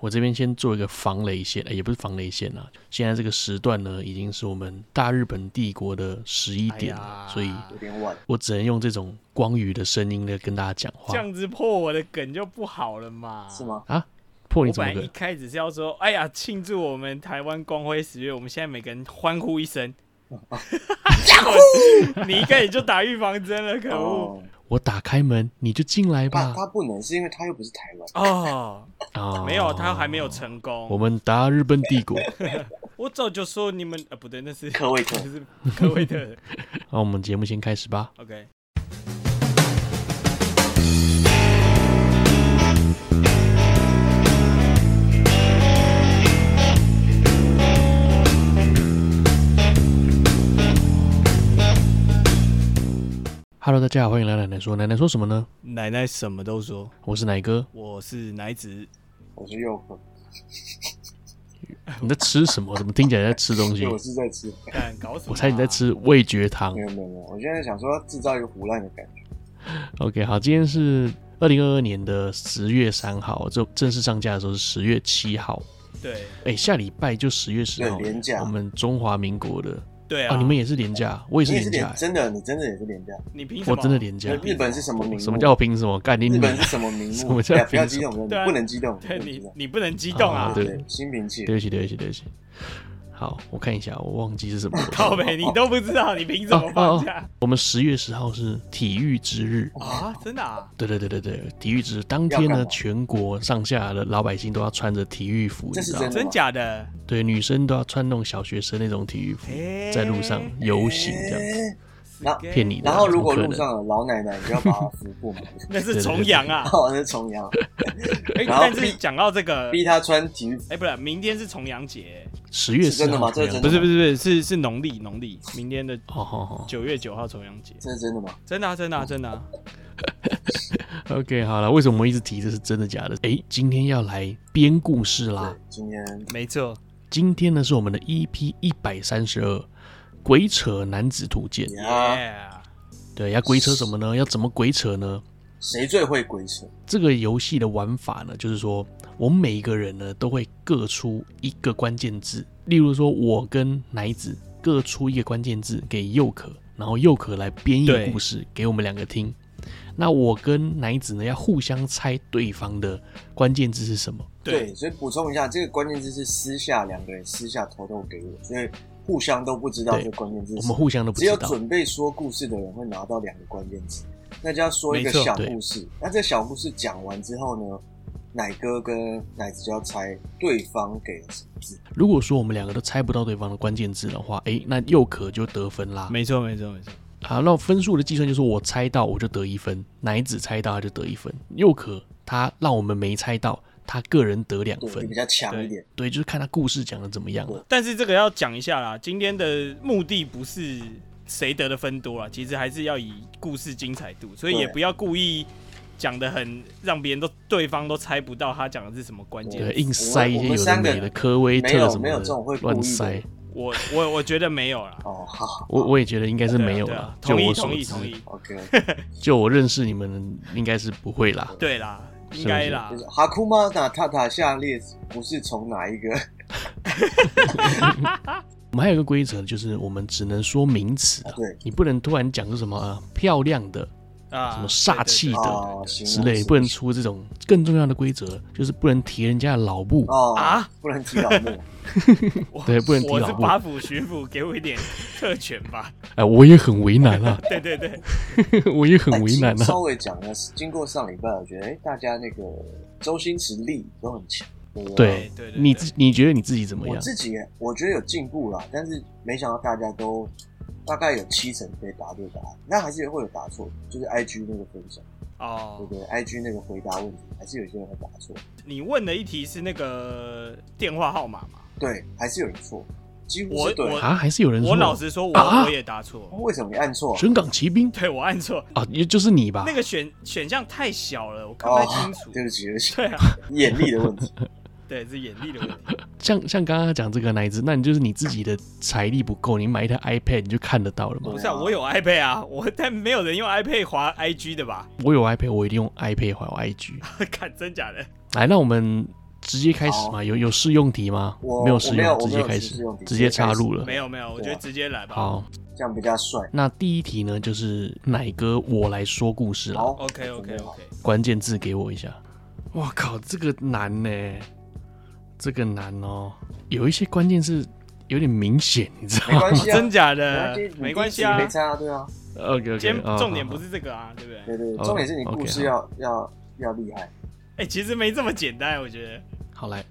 我这边先做一个防雷线，哎诶也不是防雷线啦。现在这个时段呢，已经是我们大日本帝国的十一点哎了，所以有点晚。我只能用这种光宇的声音来跟大家讲话这。样子破我的梗就不好了嘛？是？吗？破你我怎本么来一梗？开始是要说，哎呀，庆祝我们台湾光辉十月，我们现在每个人欢呼一声。你一开始就打预防针了，可恶！哦，我打开门你就进来他吧。他不能，是因为他又不是台湾。哦，啊，没有，他还没有。成我功。们大日本帝国。 我早就说你们，呃，不对，那是科威特那是科威特的。那我们节目先开始吧。 OK， Hello，大家好，欢迎来奶奶说。奶奶说什么呢？奶奶什么都说，我是奶哥。我是奶子。我是右科，你在吃什么？怎么听起来在吃东 所以西？啊我是在吃。干搞什么啊？我猜你在吃味觉糖没。有没有没有，我现在想说制造一个胡乱的感觉。 OK，好，今天是二零二二年的十月三号，这正式上架的时候是十月七号。对哎，下礼拜就十月十号对连假我们中华民国的对啊，啊，你们也是廉价，我也是你也廉是价廉，，真的，你真的也是廉价。你凭什我么？真的廉价那。日本是什么名目？什么叫我凭什么？干你日女本是什么名 目？什么叫哎呀不要凭什激么动，不对要激啊动不能激动，不对能激你动。你不能激动啊！对对，心平气和。对不起，对不起，对不起。好，我看一下，我忘记是什么了。 靠北，你都不知道，你凭什么放假我们十月十号是体育之日，啊？真的啊？对对对对对，体育之日当天要干呢，嘛全国上下的老百姓都要穿着体育服，这你知是道真吗？的真假的？对，女生都要穿那种小学生那种体育服，诶在路上游行这样，哎是给骗你的然啊。后如果怎么路可能上有老奶奶，你就要把她扶 过马路。那是重阳 啊！哦，那是重阳，哎，然后但是讲到这个，逼她穿体育服。哎，不是，明天是重阳节，十月是真十的号吗这样这是真子的不是不是不是是是农历农历，明天的哦好好九月九号重阳节，这是真的吗？真的啊真的啊真的啊。好，OK，好了，为什么我一直提这是真的假的？诶，今天要来编故事啦对。，今天没错，今天呢是我们的 EP 一百三十二，鬼扯男子图鉴。啊， Yeah 对，要鬼扯什么呢？要怎么鬼扯呢？谁最会鬼扯？这个游戏的玩法呢，就是说我们每一个人呢都会各出一个关键字，例如说我跟奶子各出一个关键字给佑可，然后佑可来编译对故事给我们两个听。那我跟奶子呢要互相猜对方的关键字是什么。对对，所以补充一下，这个关键字是私下两个人私下偷偷给我，所以互相都不知道对这个关键字我是什们么。互相都不只知有道，准备说故事的人会拿到两个关键字，那就要说一个没错小对故事。那这小故事讲完之后呢，奶哥跟奶子就要猜对方给了什么字。如果说我们两个都猜不到对方的关键字的话，诶，那佑可就得分啦。没错没错没错，好，啊那分数的计算就是我猜到我就得一分，奶子猜到他就得一分，又可他让我们没猜到，他个人得两对，分你比。较强一点，对，就是看他故事讲的怎么样啊了。但是这个要讲一下啦，今天的目的不是谁得的分多啦，其实还是要以故事精彩度，所以对也不要故意讲的很让别人都对方都猜不到他讲的是什么关键对，字。硬塞一些有的没的，科威没特有什么没有这种的会故意的乱塞。我我我觉得没有啦，哦，好我我也觉得应该是对啊没有对啊啦，就同意我所同意知同意， ，OK，就我认识你们，应该是不会啦。对啦，是应该啦就，是哈库玛纳塔塔下列不是从哪一个？ 我们还有一个规则，就是我们只能说名词啊，对你不能突然讲出什么啊漂亮的、啊，什么煞气对对对的哦，行之类，不能出这种。更重要的规则就是不能提人家的老布，哦啊，不能提老木。我对不能提我老是婆把府巡抚，给我一点特权吧。 哎，我也很为难 啊，对对对，我也很哎为难经啊稍。微讲呢，经过上礼拜，我觉得哎、大家那个周星驰力都很强，对不对对对对你自你觉得你自己怎么我样？自己也我觉得有进步啦，但是没想到大家都大概有七成可以答对答案，那还是会有答错，就是 I G 那个分享，对哦不，对？I G 那个回答问题，还是有些人会答错，你问的一题是那个电话号码嘛？对，还是有人错，几乎我是对的。啊，还是有人我老说实说，我、啊我也答错，为什么你按错？哦神港骑兵 对我按错，啊，也就是你吧那？个选选项太小了，我看不哦太清楚。， 对不起，对不 起，对啊，眼力的问题。对，是眼力的问题。像像刚刚讲这个奶子，那你就是你自己的财力不够，你买一台 iPad 你就看得到了嘛不对。是啊，我有 iPad 啊，我但没有人用 iPad 滑 IG 的吧？ 我有 iPad，我一定用 iPad 还有 IG。看真假的，哎来，那我们直接开始吗？有有试用题吗？我没有我试没有用，我直没接有开试始用题，直接插入了。没有没有，我觉得直接来吧。好，这样比较帅。那第一题呢，就是奶哥我来说故事了， 好，OK OK 准 备好 OK，关键字给我一下。哇靠，这个难呢、这个难哦、有一些关键字有点明显，你知道没吗关系 啊，真假反的正就没关系啊你第一集。没差啊，对啊， ？OK 今 OK，天重点不是这个啊，对不对？对对，哦重点是你故 OK，事要、要要厉害。哎，其实没这么简单，我觉得。好来，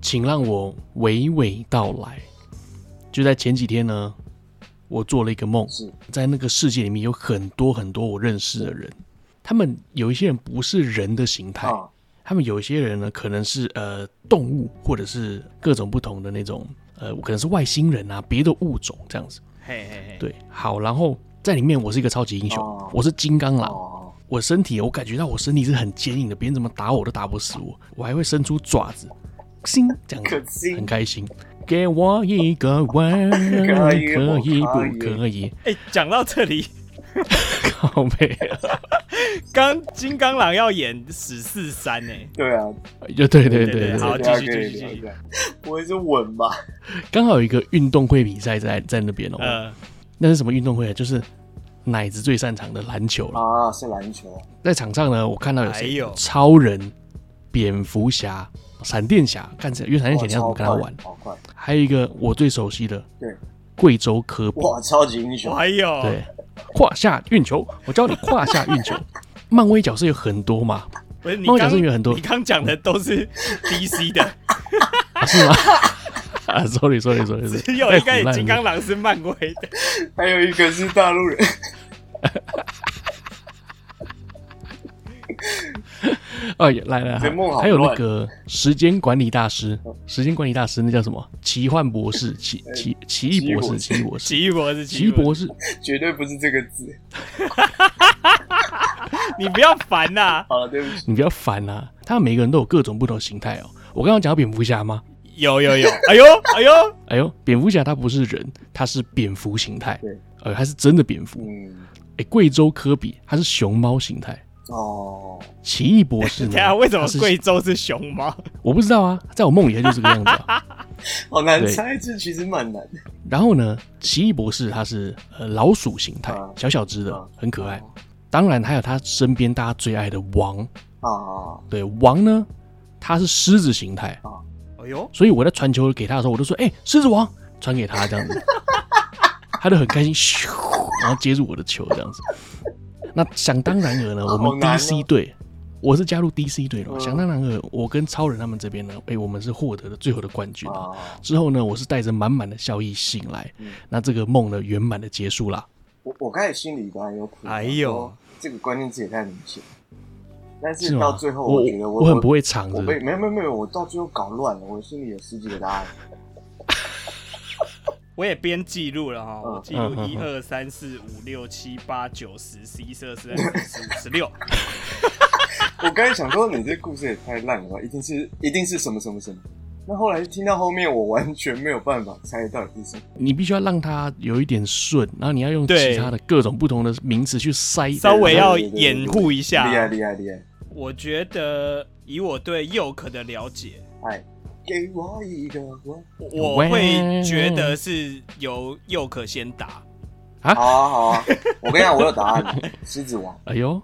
请让我娓娓道来。就在前几天呢，我做了一个梦，是在那个世界里面有很多很多我认识的人，他们有一些人不是人的形哦态，啊，他们有一些人呢可能是呃动物，或者是各种不同的那种呃，可能是外星人啊，别的物种这样子。嘿嘿嘿，对，好，然后在里面我是一个超级英雄，哦我是金刚狼，哦，我身体，我感觉到我身体是很坚硬的，别人怎么打我都打不死我，我还会伸出爪子，心这样可子，惜很开心。给我一个吻，可以可以我可以不可以？哎，讲到这里， 靠背啊！刚金刚狼要演史四三呢，对啊， 就对对对对对好对，这个要继续跟你继续继续聊一下我也是稳吧，刚好有一个运动会比赛在在那边哦。呃，那是什么运动会啊？就是奶子最擅长的篮球了。啊，是篮球，在场上呢，我看到有还哎谁？有超人、蝙蝠侠、闪电侠，看起来因为闪电侠你要怎哇么跟他超快玩？好快，还有一个我最熟悉的，对，贵州科比，哇，超级英雄，还有，对，胯下运球，我教你胯下运 球。漫威角色有很多嘛，不是你猫刚脚是有很多你刚讲的都 是 DC 的，啊是吗？啊，sorry sorry sorry， 只有一个金刚狼是漫威 的。还有一个是大陆人， 哦，也来来，这梦好乱嗯还有那个时间管理大师，时间管理大师那叫什么？奇幻博士，奇奇奇异博士，奇异博士，奇异博士，奇异博士，绝对不是这个字。你不要烦啊呐、好了，对不起，你不要烦啊！他们每个人都有各种不同的形态哦。我刚刚讲到蝙蝠侠吗？有有有，哎呦哎呦，哎呦，蝙蝠侠他不是人，他是蝙蝠形态对，呃，他是真的蝙蝠。嗯，哎，贵州科比他是熊猫形态，哦，奇异博士 等呢一？啊下为什么他是贵州是熊猫？我不知道啊，在我梦里他就这个样子、啊。 好哦难对猜，这其实蛮难的。然后呢，奇异博士他是呃老鼠形态啊，小小只的啊，很可爱。当然还有他身边大家最爱的王，啊，对王呢，他是狮子形态，哎呦，所以我在传球给他的时候，我就说：“哎、狮子王，传给他这样子。” 他就很开心，咻，然后接住我的球这样子。那想当然尔呢，我好们难哦 DC 队，我是加入 DC 队了。嗯想当然尔，我跟超人他们这边呢，哎、我们是获得了最后的冠军啊。啊，之后呢，我是带着满满的笑意醒来，嗯那这个梦呢圆满的结束啦。我我刚才心里当然有苦，哎呦我说这个关键字也太明显。但是是吗？到最后，我觉得我我很不会藏我着，被没有没有没有，我到最后搞乱了，我心里有十几个 答案。我也边记录了哈，嗯我记录嗯一嗯二三四五六七八九十十一十二十三十四十五十 六，我刚才想说，你这故事也太烂了吧，一定是一定是什么什么什么。那后来听到后面，我完全没有办法猜到底是什么。你必须要让它有一点顺，然后你要用对其他的各种不同的名词去塞。稍微要对对对对对掩护一厉害下。厉害厉害！我觉得以我对佑可的了解，哎，给我一个吻。我喂会觉得是由佑可先打。好啊好啊，我跟你讲，我有答案了，狮子王，哎呦，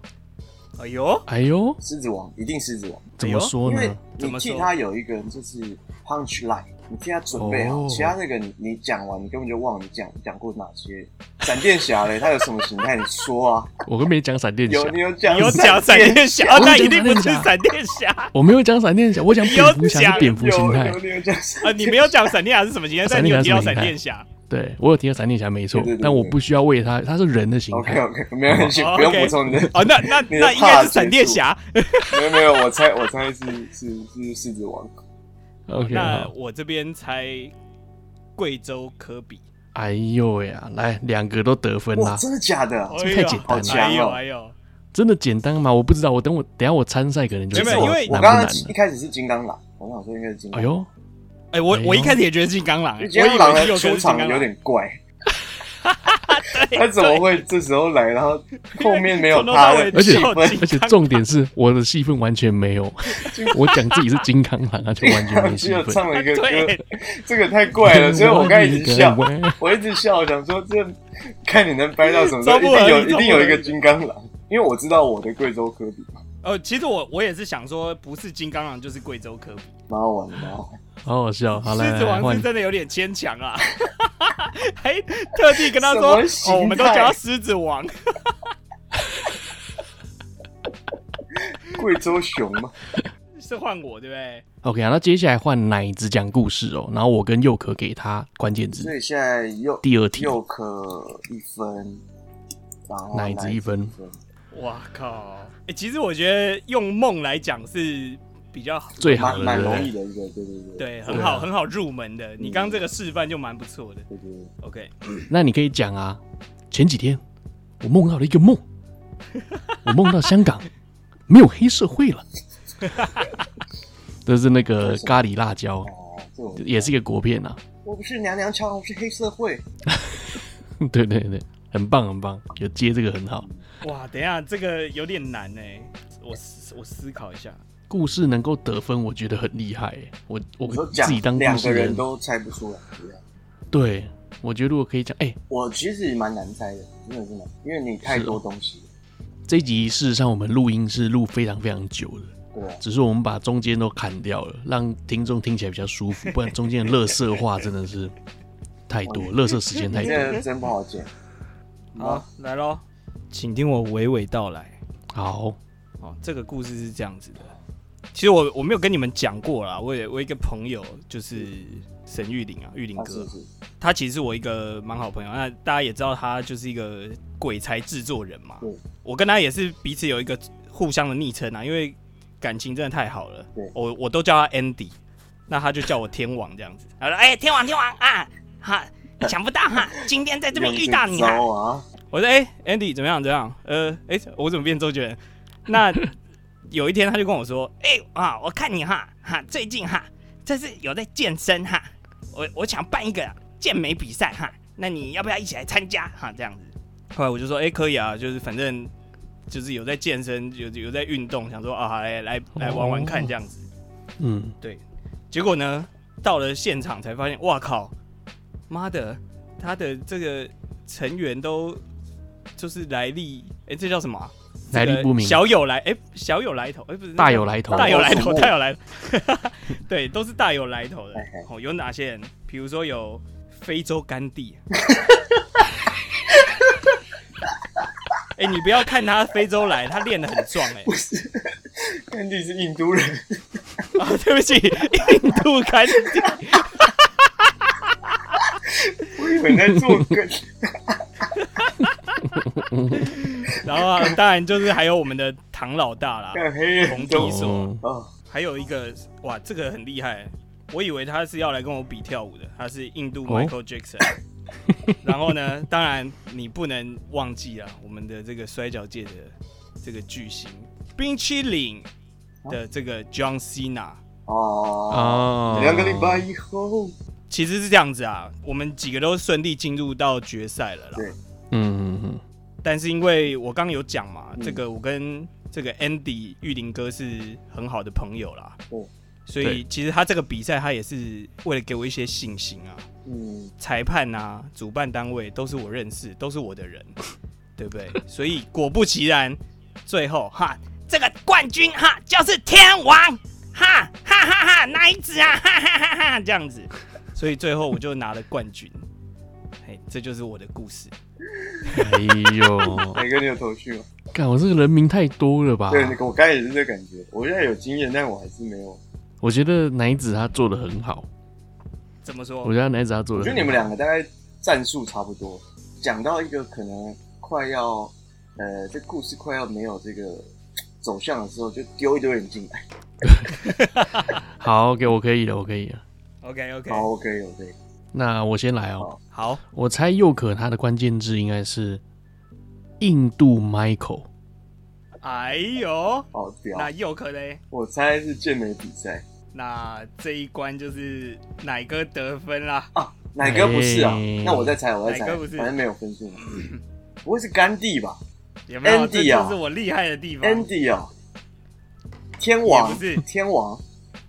哎呦，哎呦，狮子王一定狮子王，怎么说哎因呢？为怎你么说替他有一个就是 punch line，你替他准备好，哦其他那个你你讲完，你根本就忘了你讲讲过哪些。闪电侠嘞，他有什么形态？你说啊，我跟没讲闪电侠有，你有 讲有讲闪电电侠， 我但有一定不讲是闪电侠闪电侠我没有讲闪电 侠，我讲蝙蝠侠有是讲蝙蝠形态有。有你有讲闪啊！你没有讲闪电侠是什么形态，但你有提到闪闪电电侠。对我有提到闪电侠没错对对对，对但我不需要为他，他是人的形 OK 态。 OK，没有关系，哦不用 OK 补充你的。哦，那那你的那应该怕是闪电侠。没有没有，我猜我猜是是是狮子王。 OK，那好我这边猜贵州科比。哎呦喂啊，来两个都得分哇，啦，真的假的啊？这太简单了哎哦呦哎呦，真的简单吗？我不知道，我等我等一下我参赛可能就知没有道因为我难不刚难刚一了。开始是金刚狼，我想说应该是金哎刚狼。呦，哎我哎呦我一开始也觉得是金刚狼，哎我因为以金刚狼为的是有 可能是金出场刚有狼。点怪，他怎么会这时候来？然后后面没有 从头他到尾的而且只有气氛，金而且刚重点是我的戏份完全没有，我讲自己是金刚狼，他就完全没戏只 有份。，唱了一个歌，啊对，这个太怪 了，所以我刚才一直 笑我一个我一直笑，想说这 看你能掰到什么时候，超一不定有合理一定有一个金刚狼，因为我知道我的贵州科比呃，其实我我也是想说，不是金刚狼就是贵州科比，蛮好玩的，蛮好玩的好好笑。好来狮子来王是换，真的有点牵强啊， 还特地跟他说，什么心哦，态我们都叫他狮子王，贵州熊嘛，是换我对不对？ OK 啊，那接下来换奶子讲故事哦，然后我跟佑可给他关键 所字，以现在又第二题又可一分，然后奶子一分奶哇靠！欸其实我觉得用梦来讲是比较最好蛮的对不蛮容对易的一个，对对对，对，对嗯很啊好很好入门的。你刚刚这个示范就蛮不错的。对对对 OK，那你可以讲啊，前几天我梦到了一个梦，我梦到香港没有黑社会了，这是那个咖喱辣椒，哦，这种也是一个国片啊。 我不是娘娘腔，我是黑社会，对对对，很棒很棒，有接这个很好。哇，等一下这个有点难呢，我思我思考一下。故事能够得分，我觉得很厉害耶。我我我说自己当故讲两事个人人，都猜不出来，对啊对我觉得如果可以讲，哎、我其实蛮难猜的，真的是难，因为你太多东西了，这一集事实上我们录音是录非常非常久的，对啊，只是我们把中间都砍掉了，让听众听起来比较舒服，不然中间的乐色话真的是太多，乐色时间太这多。个真不好剪。好，来喽，请听我娓娓道来。好，哦，这个故事是这样子的。其实我我没有跟你们讲过啦，我有我有一个朋友就是沈玉林啊，玉林啊哥是，是他其实是我一个蛮好朋友。那大家也知道，他就是一个鬼才制作人嘛对。我跟他也是彼此有一个互相的昵称啊，因为感情真的太好了对。我我都叫他 Andy，那他就叫我天王这样子。他说：“哎、天王天王啊，哈，想不到哈，今天在这边遇到你用啊这。招啊！ 我说：“哎、a n d y 怎么样？怎么样？呃，哎、我怎么变周杰伦？” 那有一天他就跟我说：“哎、啊，我看你哈哈，最近哈，这是有在健身哈，我我想办一个健美比赛哈，那你要不要一起来参加哈？这样子。”后来我就说：“哎、可以啊，就是反正就是有在健身，有有在运动，想说啊，好来来来玩玩看这样子。嗯，结果呢，到了现场才发现，哇靠，妈的，他的这个成员都就是来历，哎、这叫什么啊、来历这个不明小有来，哎、小有来头，哎、不是那个大有来 头，哎大有来大有来头，头大有来头， 对，都是大有来头的哎嘿嘿。哦，有哪些人？比如说有非洲甘 地。哎、你不要看他非洲来，他练得很壮哎、甘地是印度人，啊，对不起，印度甘地。我以为你在做梗。 然后、啊、当然就是还有我们的唐老大啦，干黑人红都地所，哦，还有一个哇，这个很厉害，我以为他是要来跟我比跳舞的，他是印度哦 Michael Jackson。然后呢，当然你不能忘记啊，我们的这个摔跤界的这个巨星冰淇淋的这个 John Cena。哦，哦，两个礼拜以后，其实是这样子啊，我们几个都顺利进入到决赛了啦对。嗯，嗯嗯，但是因为我刚刚有讲嘛，嗯这个我跟这个 Andy 玉林哥是很好的朋友啦，哦所以对其实他这个比赛他也是为了给我一些信心啊，嗯，裁判啊、主办单位都是我认识，都是我的人，对不对？所以果不其然，最后哈，这个冠军哈就是天王，哈哈哈哈，奶子啊，哈哈哈哈，这样子，所以最后我就拿了冠军，嘿，这就是我的故事。哎呦，哪个你有头绪吗？看我这个人名太多了吧？对，我刚才也是这感觉。我现在有经验，但我还是没有。我觉得奶子他做的很好，怎么说我？觉得奶子他做我的，觉得你们两个大概战术差不多，讲到一个可能快要，呃，这故事快要没有这个走向的时候，就丢一堆人进来。好，给我可以了，我可以了。 OK OK，好，OK，OK，哦那我先来哦，好，我猜佑可他的关键字应该是印度 Michael，哎呦，好，哦不要那。又可嘞，我猜是健美比赛那这一关就是奶哥得分啦。啊，奶哥不是啊哎？那我再猜，我再猜，奶哥不是反正没有分 数嘛。不会是甘地吧有没有？这 Andy 啊就是我厉害的地方。 ？Andy 啊，天王也不是天王，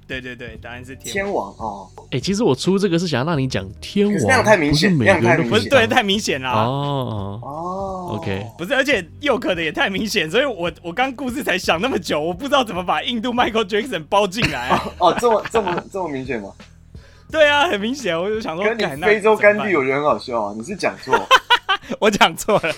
对对对，答案是天天王哦，哎、其实我出这个是想让你讲天可王，是那样太明显不是每个人那样太都明不显啊是对，太明显啦、哦，哦 OK 不是，而且佑可的也太明显，所以我我刚故事才想那么久，我不知道怎么把印度 Michael Jackson 包进来。哦，这么这么这么 明显吗？对啊，很明显，我就想说，跟哦干你那非洲甘地，怎么我觉得很好笑啊，你是讲 错，办 我讲错了。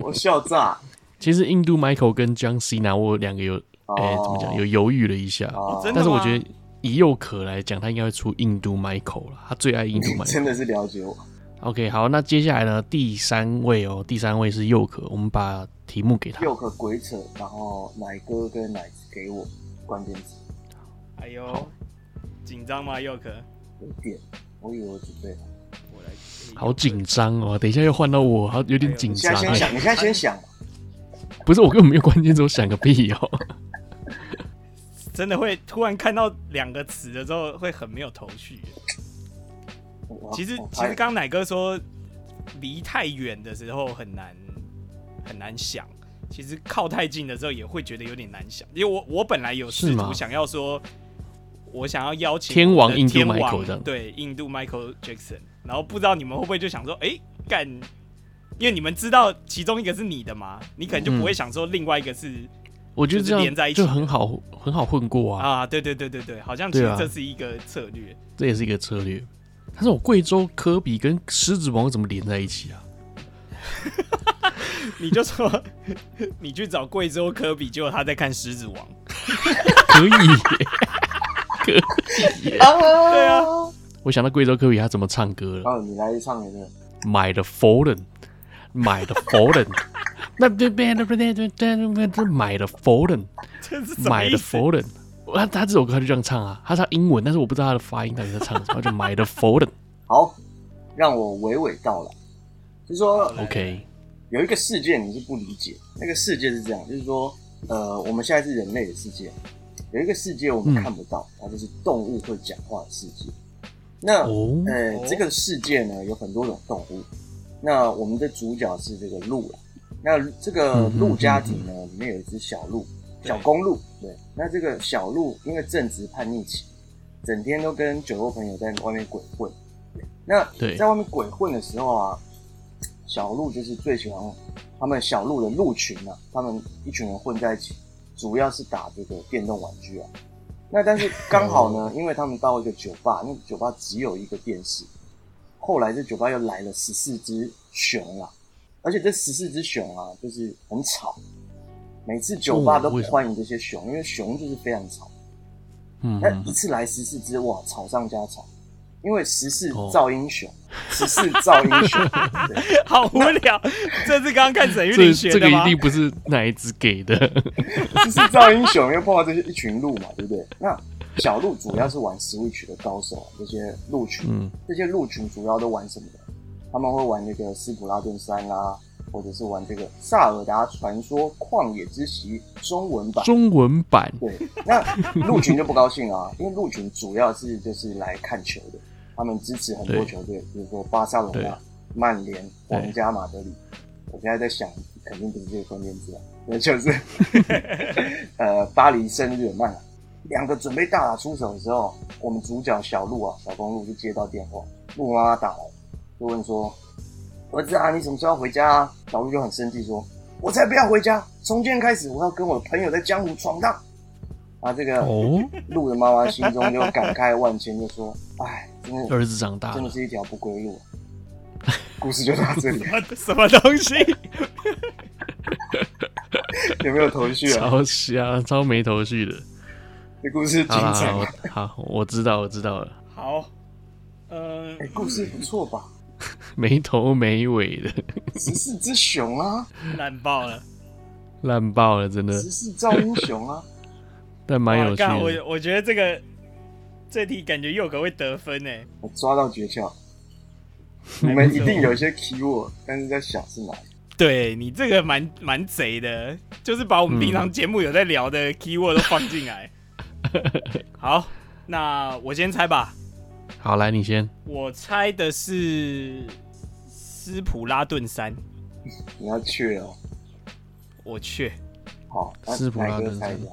我笑炸。其实印度 Michael 跟 John Cena 我两个有，哎、哦怎么讲？有犹豫了一下，哦真的但是我吗觉得以佑可来讲，他应该会出印度 Michael 了，他最爱印度 Michael 真。的是了解我。 OK，好，那接下来呢？第三位哦，第三位是佑可，我们把题目给他。又可鬼扯，然后奶哥跟奶子给我关键词，哎呦，紧张吗？佑可，有点，我以为我准备好。我来。好紧张哦！等一下又换到我，好有点紧你张现在。先哎想，你现在先想，不是我根本没有关键词，我想个屁 哦！真的会突然看到两个词的时候，会很没有头绪。我其实我其实拍刚刚奶哥说离太远的时候很难很难想，其实靠太近的时候也会觉得有点难想，因为我我本来有试是图吗想要说，我想要邀请天王我的印度天王 Michael 这样对印度 Michael Jackson，然后不知道你们会不会就想说，哎、干，因为你们知道其中一个是你的嘛，你可能就嗯不会想说另外一个是、我觉得就是这连在一样起就的很好，很好混过啊，啊，对对对对对，好像其对实啊这是一个策略。这也是一个策略。但是我贵州科比跟狮子王怎么连在一起啊？你就说 你去找贵州科比，结果他在看《狮子王》。可以 耶，啊，对啊，我想到贵州科比他怎么唱歌了，哦，你来唱一个，买的 Fallen，买的 Fallen，那对对对对对对对，买的 Fallen， 这是什么买意的思？ Fallen。他他这首歌他就这样唱啊，他唱英文，但是我不知道他的发音到底在唱什么，就买的 Fallen。好，让我娓娓道来。就说 OK，有一个世界你是不理解，那个世界是这样，就是说，呃，我们现在是人类的世界，有一个世界我们嗯看不到，它就是动物会讲话的世界。那哦，呃哦，这个世界呢有很多种动物，那我们的主角是这个鹿啦。那这个鹿家庭呢，里面有一只小鹿，对小公鹿。对，那这个小鹿因为正值叛逆期，整天都跟酒肉朋友在外面鬼混。那对在外面鬼混的时候啊，小鹿就是最喜欢他们小鹿的鹿群啊，他们一群人混在一起，主要是打这个电动玩具啊。那但是刚好呢，嗯因为他们到一个酒吧，那个酒吧只有一个电视，后来这酒吧又来了十四只熊啊，而且这十四只熊啊，就是很吵，每次酒吧都哦不为什么欢迎这些熊，因为熊就是非常吵。嗯那一次来十四只，哇，吵上加吵，因为十四哦造英雄，十四造英雄，对 好无 聊。这是刚刚看沈玉这玲学这的个一吗？定不是哪一只给的。就是造英雄，又碰到这些一群鹿嘛，对不对？那小鹿主要是玩 Switch 的高手啊，这些鹿群，嗯，这些鹿群主要都玩什么呢？他们会玩那个斯普拉顿三啦，或者是玩这个《萨尔达传说：旷野之息》中文版。中文版对，那鹿群就不高兴啊，因为鹿群主要是就是来看球的，他们支持很多对球队，比如说巴塞罗对那、曼联、对皇家马德里。我现在在想，肯定不是这个关键字啊，那就是 呃巴黎圣日耳曼啊。两个准备大打出手的时候，我们主角小鹿啊，小公鹿就接到电话，鹿妈妈打来，就问说：“儿子啊，你什么时候要回家啊？”小鹿就很生气说：“我才不要回家！从今天开始，我要跟我的朋友在江湖闯荡。”啊，这个哦，鹿的妈妈心中就感慨万千，就说：“ 哎，真的儿子长大真的了，是一条不归路、啊。”故事就到这里， 什么东西？有没有头绪 啊？超瞎，超没头绪的。这故事精好啦彩好吗啦，我好，我知道，我知道了，好，嗯、哎、故事不错吧？没头没尾的，十四只 熊啊，烂爆了。烂爆了，真的，十四造英雄啊！但蛮有哇趣干的。我我觉得这个这题感觉佑可会得分呢。我抓到诀窍，你们一定有一些 keyword，但是在想是哪一个？对你这个蛮蛮贼的，就是把我们平常节目有在 聊的 keyword 都放进来。好，那我先猜吧。好，来你先。我猜的是斯普拉顿山，你要去哦。我去，好，那斯普拉哪登个猜一山下？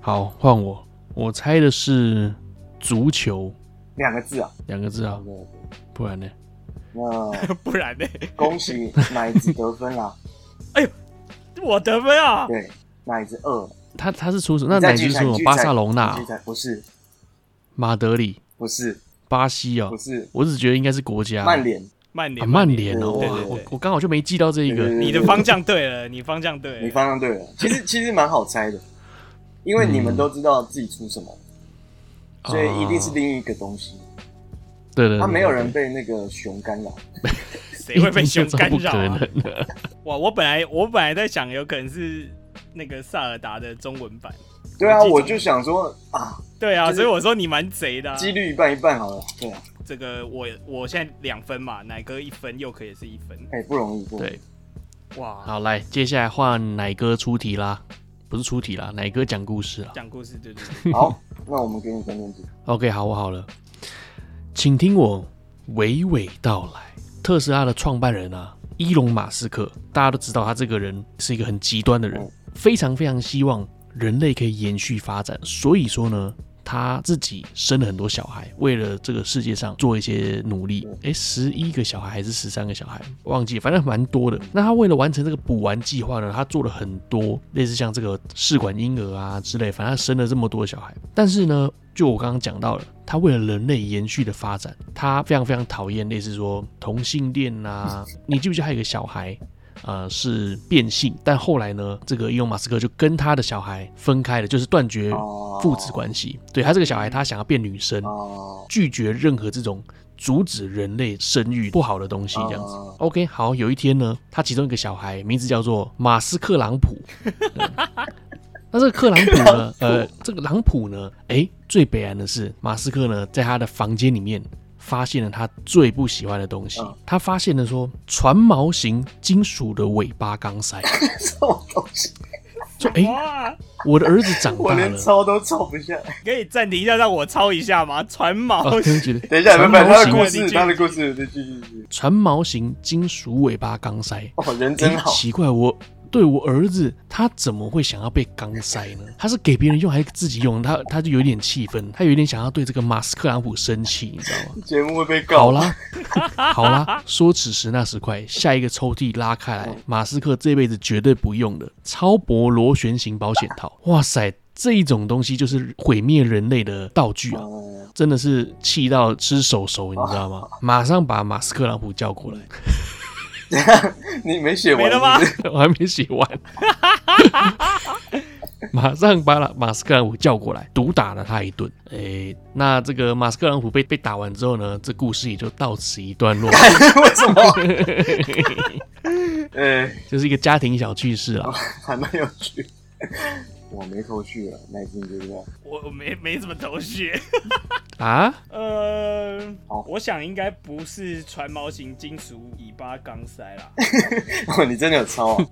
好，换我。我猜的是足球两个字啊。两个字啊，对不然呢？ 那 不然呢？恭喜奶子得分啦，我得分啊！对，奶子二。他他是出什那你再哪支继出续什么猜？巴塞隆纳哦你继、续猜不是，马德里、不是，巴西哦、不是，我只觉得应该是国家。曼联。曼啊，联，曼联哦、对哇对我对我刚好就没记到这一对对个。对你的方向对了，你方向对 你了。方向对了，其实其实蛮好猜的，因为你们都知道自己出什么，所以一定是嗯啊另一个东西。对对，他、对没有人被那个熊干扰，谁会被熊干不扰可啊？能 的。哇，我本来我本来在想，有可能是那个萨尔达的中文版。对啊，我记得我就想说啊，对啊，就是所以我说你蛮贼的、啊。几率一半一半好了，对啊，这个我我现在两分嘛，奶哥一分，佑可也是一分。哎、不容易，不容易对，哇，好，来，接下来换奶哥出题啦，不是出题啦，奶哥讲故事啦。讲故事对对对，好，那我们给你关键字， OK，好，我好了，请听我娓娓道来。特斯拉的创办人啊，伊隆·马斯克，大家都知道他这个人是一个很极端的人嗯，非常非常希望人类可以延续发展，所以说呢，他自己生了很多小孩，为了这个世界上做一些努力。诶，十一个小孩还是十三个小孩，忘记了，反正蛮多的。那他为了完成这个补完计划呢，他做了很多类似像这个试管婴儿啊之类，反正他生了这么多小孩。但是呢，就我刚刚讲到了，他为了人类延续的发展，他非常非常讨厌类似说同性恋啊。你记不记得还有一个小孩，呃，是变性，但后来呢，这个伊隆马斯克就跟他的小孩分开了，就是断绝哦父子关系。对他这个小孩，他想要变女生，哦、拒绝任何这种阻止人类生育不好的东西，这样子哦。 OK，好，有一天呢，他其中一个小孩名字叫做马斯克朗普。 那这个克朗普呢？呃，这个朗普呢？诶，最悲哀的是，马斯克呢，在他的房间里面发现了他最不喜欢的东西嗯。他发现了说，船锚型金属的尾巴钢塞。什么东西，说，诶，哇，我的儿子长我大连了。抄都抄不下。可以暂停一下，让我抄一下吗？船啊，哦锚对不起，对不起等一下，船不不，他锚的型故你事，继他的故事，对，继续继续。船锚型金属尾巴钢塞。哦，人哎，真好，奇怪，我对我儿子他怎么会想要被钢塞呢？他是给别人用还是自己用？他他就有点气愤，他有点想要对这个马斯克朗普生气，你知道吗？节目会被告。好，啦，好啦，说此时那时快，下一个抽屉拉开哦来，马斯克这辈子绝对不用的超薄螺旋形保险套。哇塞，这一种东西就是毁灭人类的道具啊！嗯，真的是气到吃手手，你知道吗？马上把马斯克朗普叫过来，你没写完没了吗是不是？我还没写完，马上把马斯克朗普叫过来，毒打了他一顿。诶、那这个马斯克朗普被被打完之后呢，这故事也就到此一段落， 为什么？呃，就是一个家庭小趣事啦。还蛮有趣。我没头绪了，那已经就这样。 我我没没什么头绪。啊，呃好，我想应该不是船锚型金属尾巴钢塞 啦。哦，你真的有 抄啊？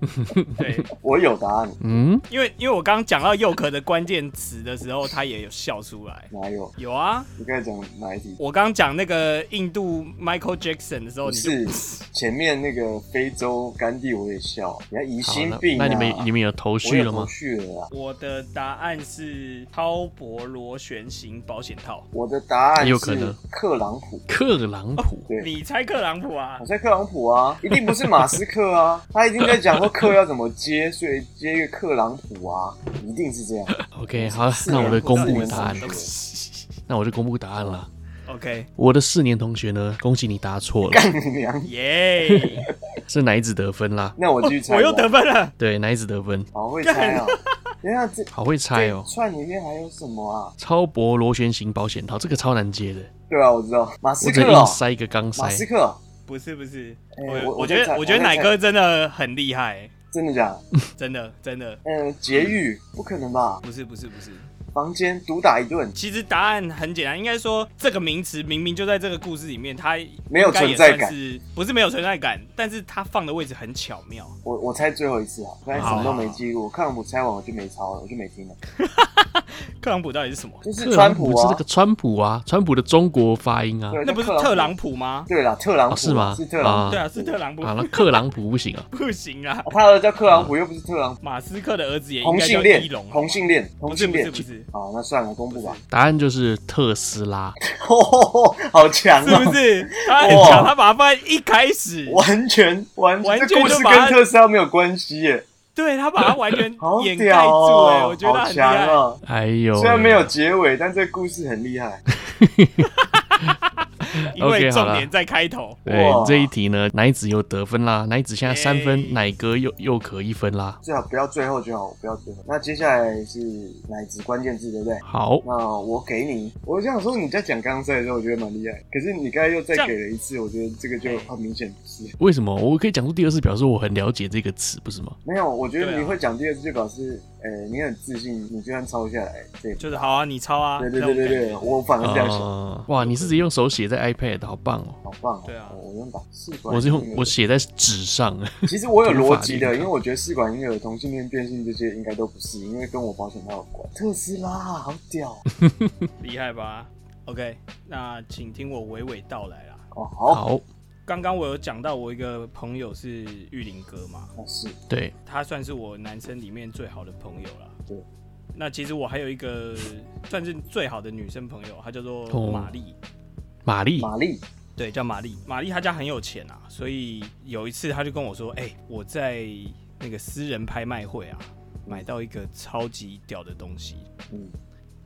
对，我有答案，嗯，因为因为我刚刚讲到佑可的关键词的时候，他也有笑出来。哪有？有啊，你刚才讲哪一题？我刚刚讲那个印度 Michael Jackson 哦的时候，不你就是前面那个非洲甘地，我也笑。你要疑好，心那病啊！那你们你们有头我绪有了吗头？绪了啊！我的答案是超薄螺旋形保险套。我的答案有可是能克朗普。克朗普，对你猜克朗普啊我？在克朗普啊，一定不是马斯克啊，他已经在讲说克要怎么接，所以接一个克朗普啊，一定是这样。 OK，好了，四那年我的公四布年答案同， 那我就公布答案了。哦 OK，我的四年同学呢，恭喜你答错了，干你娘！耶、是奶子得分啦。那我继续哦猜吧。我又得分了。对，奶子得分，好会猜啊！ 等一下这好会猜这哦。串里面还有什么啊？超薄螺旋形保险套，这个超难接的，对啊，我知道马斯我只克能哦硬，塞一个钢塞马。斯克，不是不是，哎我我我觉我在猜得我觉得我在奶猜哥真的很厉害，真的假的？真的真的嗯，劫狱不可能吧？不是不是不是，房间毒打一顿，其实答案很简单，应该说这个名词明明就在这个故事里面，它没有应该也存在感算是不是没有存在感，但是它放的位置很巧妙。我我猜最后一次啊，刚才什么都没记录，克朗普猜完我就没抄了，我就没听了。特朗普到底是什么？就是特川朗普普是那啊个，川普啊，川普的中国发音啊对，那不是克特朗朗普？普吗？对啦，特朗普哦是吗是特朗啊普对，啊，是特朗普，啊，那克朗普不行啊，不行啊！他儿子叫克朗普，又不是特朗普，马斯克的儿子也应同该叫性伊恋隆，，同性恋，不同是性不是恋不。是，好，那算了，公布吧。答案就是特斯拉。 好强是不哦！是？他很哇强，他把它放在一开始，完全完完全这故就事把他跟特斯拉没有关系耶，对他把它完全好掩盖屌住，哎，哦我！觉得他好很厉强害。哦！哎呦，虽然没有结尾，但这故事很厉害。因为 OK，好重了点在开头，对哇哎这一题呢，奶子有得分啦，奶子现哎在三耶分，奶哥又又可一分啦。最好不要最后就好，不要最后。那接下来是哪一支关键字，对不对？好，那我给你，我想说你在讲刚才的时候，我觉得蛮厉害，可是你刚才又再这样给了一次，我觉得这个就很明显不是。为什么我可以讲出第二次，表示我很了解这个词，不是吗？没有，我觉对得啊你会讲第二次，就表示，呃、你很自信，你就算抄下来，对，就是好啊，你抄啊，对对那我对对感觉对，我反而这样想，啊哇，你是直接用手写在 iPad，好棒哦！好棒、哦。对啊我我用把试管，我是用我，写在纸上，其实我有逻辑读法的，力因为我觉得试管婴儿、同性恋、变性这些应该都不是，因为跟我保险套有关。特斯拉好屌哦厉害吧？OK，那请听我娓娓道来啦。哦，好，好，刚刚我有讲到我一个朋友是玉林哥嘛，那是对，他算是我男生里面最好的朋友啦。对。那其实我还有一个算是最好的女生朋友，她叫做哦玛丽，玛丽，玛丽，对，叫玛丽。玛丽她家很有钱啊，所以有一次她就跟我说：“哎、我在那个私人拍卖会啊，买到一个超级屌的东西。嗯，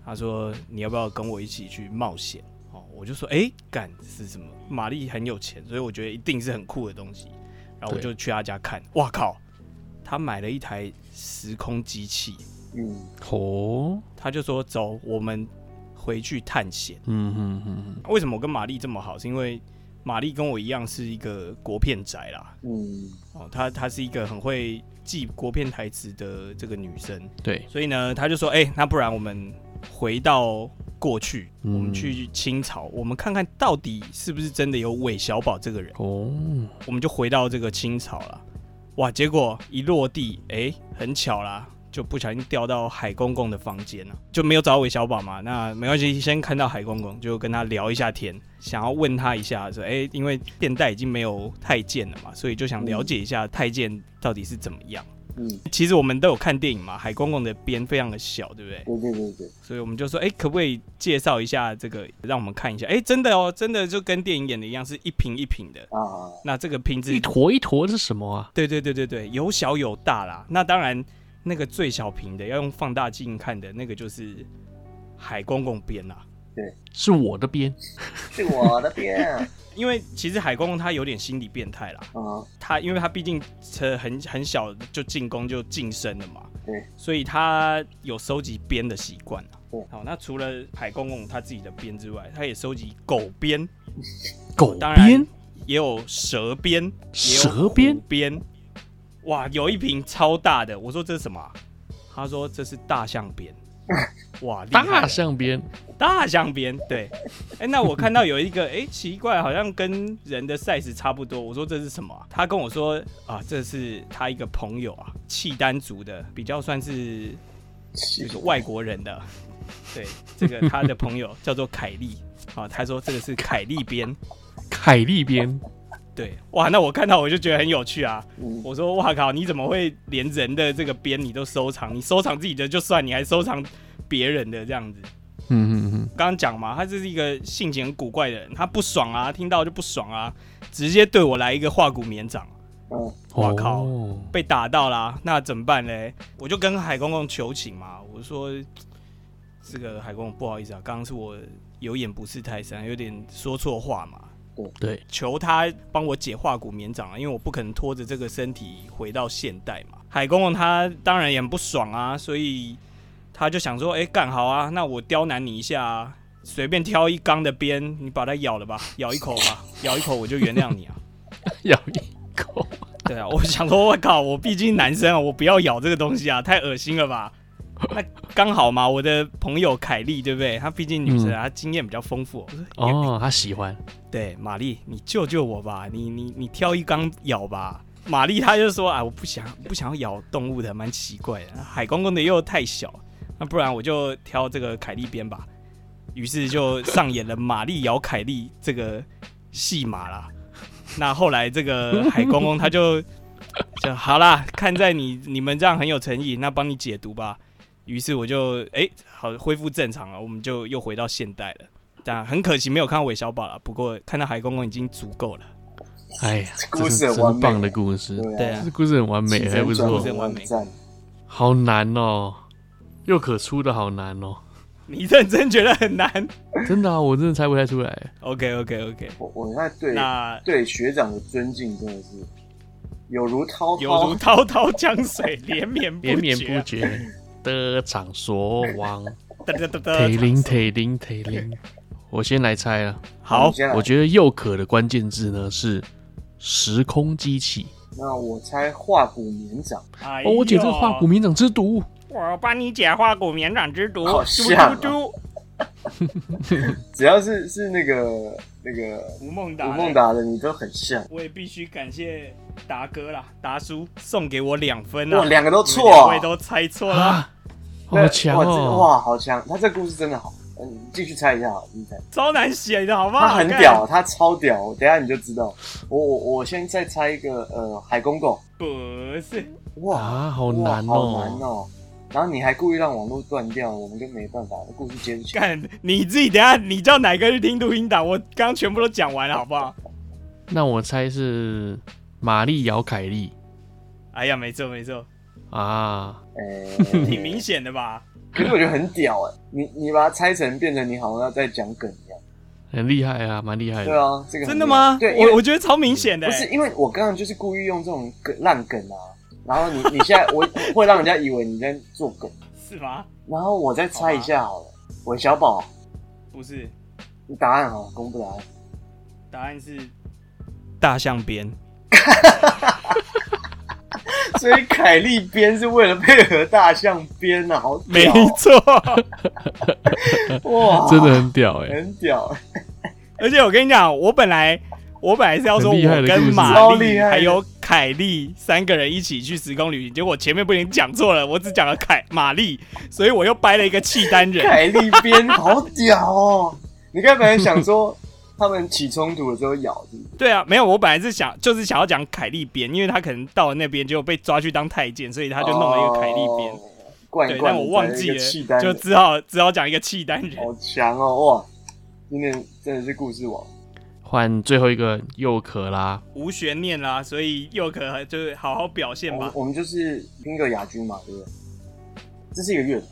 他说你要不要跟我一起去冒险？哦，我就说哎，诶干、是什么？玛丽很有钱，所以我觉得一定是很酷的东西。然后对我就去他家看，哇靠！他买了一台时空机器，嗯，哦，他就说走，我们回去探险。嗯哼哼哼，为什么我跟玛丽这么好？是因为玛丽跟我一样是一个国片宅啦。嗯，哦，她她是一个很会记国片台词的这个女生，对，所以呢，他就说：“哎、那不然我们回到过去，嗯我们去清朝，我们看看到底是不是真的有韦小宝这个人。哦，”我们就回到这个清朝了。哇，结果一落地，哎、很巧啦，就不小心掉到海公公的房间了，就没有找到韦小宝嘛。那没关系，先看到海公公，就跟他聊一下天，想要问他一下说：“哎、因为现代已经没有太监了嘛，所以就想了解一下太监到底是怎么样。”嗯，其实我们都有看电影嘛，海公公的边非常的小，对不对？对对对对，所以我们就说，哎、可不可以介绍一下这个，让我们看一下？哎、真的哦，真的就跟电影演的一样，是一瓶一瓶的。啊，那这个瓶子一，坨一坨是什么啊？对对对对对，有小有大啦。那当然，那个最小瓶的要用放大镜看的那个就是海公公边啦。是我的边，是我的边啊，因为其实海公公他有点心理变态啦，嗯他因为他毕竟呃很很小就进宫就晋升了嘛，对，所以他有收集鞭的习惯啊对好，那除了海公公他自己的鞭之外，他也收集狗鞭，狗当边然，也有蛇鞭，也有蛇边虎，鞭。哇，有一瓶超大的，我说这是什么啊、他说这是大象鞭。哇，厉害了大象边，大象鞭，对。 哎、那我看到有一个，哎、奇怪，好像跟人的 size 差不多。我说这是什么啊、他跟我说啊，这是他一个朋友啊，契丹族的，比较算是就是外国人的。对，这个他的朋友叫做凯利，啊，他说这个是凯利鞭。凯利边，对，哇，那我看到我就觉得很有趣啊！嗯，我说，哇靠，你怎么会连人的这个鞭你都收藏？你收藏自己的就算，你还收藏别人的这样子？嗯嗯嗯，刚刚讲嘛，他这是一个性情很古怪的人，他不爽啊，听到就不爽啊，直接对我来一个化骨绵掌，啊嗯，哇靠哦被打到啦，那怎么办嘞？我就跟海公公求情嘛，我说这个海公公不好意思啊，刚刚是我有眼不识泰山，有点说错话嘛，对，求他帮我解化骨绵掌啊，因为我不可能拖着这个身体回到现代嘛。海公公他当然也很不爽啊，所以他就想说，哎、干好啊，那我刁难你一下啊，随便挑一缸的鞭，你把它咬了吧，咬一口吧，咬一口我就原谅你啊。咬一口， 对啊，我想说，我靠，我毕竟男生啊，我不要咬这个东西啊，太恶心了吧。那刚好嘛，我的朋友凯莉，对不对？她毕竟女生嗯啊，她经验比较丰富。我说，哦，他喜欢，对，玛丽，你救救我吧，你你你挑一缸咬吧。玛丽她就说啊，我不想不想要咬动物的，蛮奇怪的。海公公的又太小，那不然我就挑这个凯莉边吧。于是就上演了玛丽咬凯莉这个戏码啦。那后来这个海公公他就就好啦，看在你你们这样很有诚意，那帮你解读吧。于是我就哎、好恢复正常了，我们就又回到现代了。但很可惜没有看到韦小宝了，不过看到海公公已经足够了。 哎呀，故这事是很完真美棒的故事，对对啊，啊这故事很完美，还不故错事，很完美赞。好难哦，又可出的好难哦，你认真觉得很难 真的啊，我真的猜不太出来， ？OK OK OK，我我那对那对学长的尊敬真的是有如滔有如滔，滔滔江水连绵不绝啊连绵不绝，得偿所望，哒哒哒哒铁林铁林铁林，我先来猜了，好你，先来我觉得又可的关键字呢是时空机器，那我猜化骨绵掌，哎呦哦，我姐这个化骨绵掌之毒，我帮你解化骨绵掌之毒，好猪像啊猪猪，只要是是那个那个吴孟达，哎吴孟，达的，你都很像。我也必须感谢达哥啦，达叔送给我两分啊，哇，两个都你们错两啊位！都猜错了，啊，那好强哇这个哦，哇，好强！他这故事真的好，嗯，你继续猜一下好，你猜。超难写的好不好？他很看屌，，他超屌，等一下你就知道。我我我先再猜一个，呃，海公公，不是，哇，啊，好哇难好难哦，哦。然后你还故意让网络断掉，我们就没办法，故事接不起来。干你自己等一下，你叫哪个去听录音档？我刚刚全部都讲完了，好不好？那我猜是玛丽姚凯莉哎呀，没错没错，啊， 哎，挺明显的吧？可是我觉得很屌哎、你你把它拆成变成你好像要在讲梗一样。很厉害啊，蛮厉害的对。啊，这个很真的吗？屌对，因为我我觉得超明显的、欸不是因为我刚刚就是故意用这种梗烂梗啊，然后你你现在我会让人家以为你在做梗，是吗？然后我再猜一下好了。韦小宝，不是，你答案啊，公布答案。答案是大象边。 所以凯利编是为了配合大象编啊，好没屌错，哇，真的很屌哎、很屌， 而且我跟你讲，我本来我本来是要说很厉害的我故事跟玛超丽厉害的还有凯莉三个人一起去时空旅行，结果我前面不仅讲错了，我只讲了凯玛丽，所以我又掰了一个契丹人。凯利编好屌哦！你该本来想说他们起冲突了之后咬是不是对啊，没有，我本来是想就是想要讲凯莉边，因为他可能到了那边就被抓去当太监，所以他就弄了一个凯莉边。哦，灌一对，灌但的我忘一记个了契丹，就人只好只好讲一个契丹人。好强哦，哇！今天真的是故事王，换最后一个又可啦，无悬念啦，所以又可就是好好表现我们吧。我们就是拼个亚军嘛，对不对？这是一个乐团，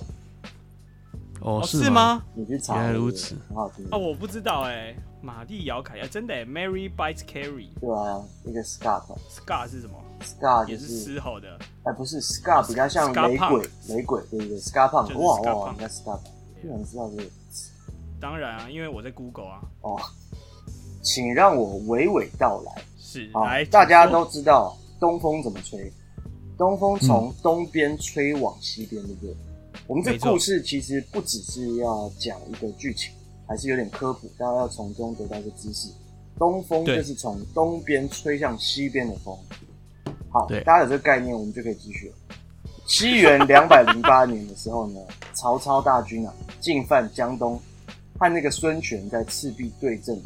哦，哦是吗？？你去查，原来如此很好听啊，，我不知道哎、玛丽姚凯啊，真的、欸、，Mary bites Carrie。对啊，一个 scar，scar Scar 是什么？也就是嘶吼的。哎，不是 Scar 比较像 Scar 雷 Punk 鬼，雷鬼对不对？Scar 就 Punk，是哇 Scar 哇， Punk 人家 Scar Punk，居然知道这个词当然啊，因为我在 Google 啊。哦。请让我娓娓道来。是，好来，，大家请说都知道东风怎么吹，东风从嗯东边吹往西边，对不对？我们这没错故事其实不只是要讲一个剧情，还是有点科普，大家要从中得到一些知识。东风对就是从东边吹向西边的风。好对，大家有这个概念，我们就可以继续了。西元两百零八年的时候呢， 曹操大军啊进犯江东，和那个孙权在赤壁对阵。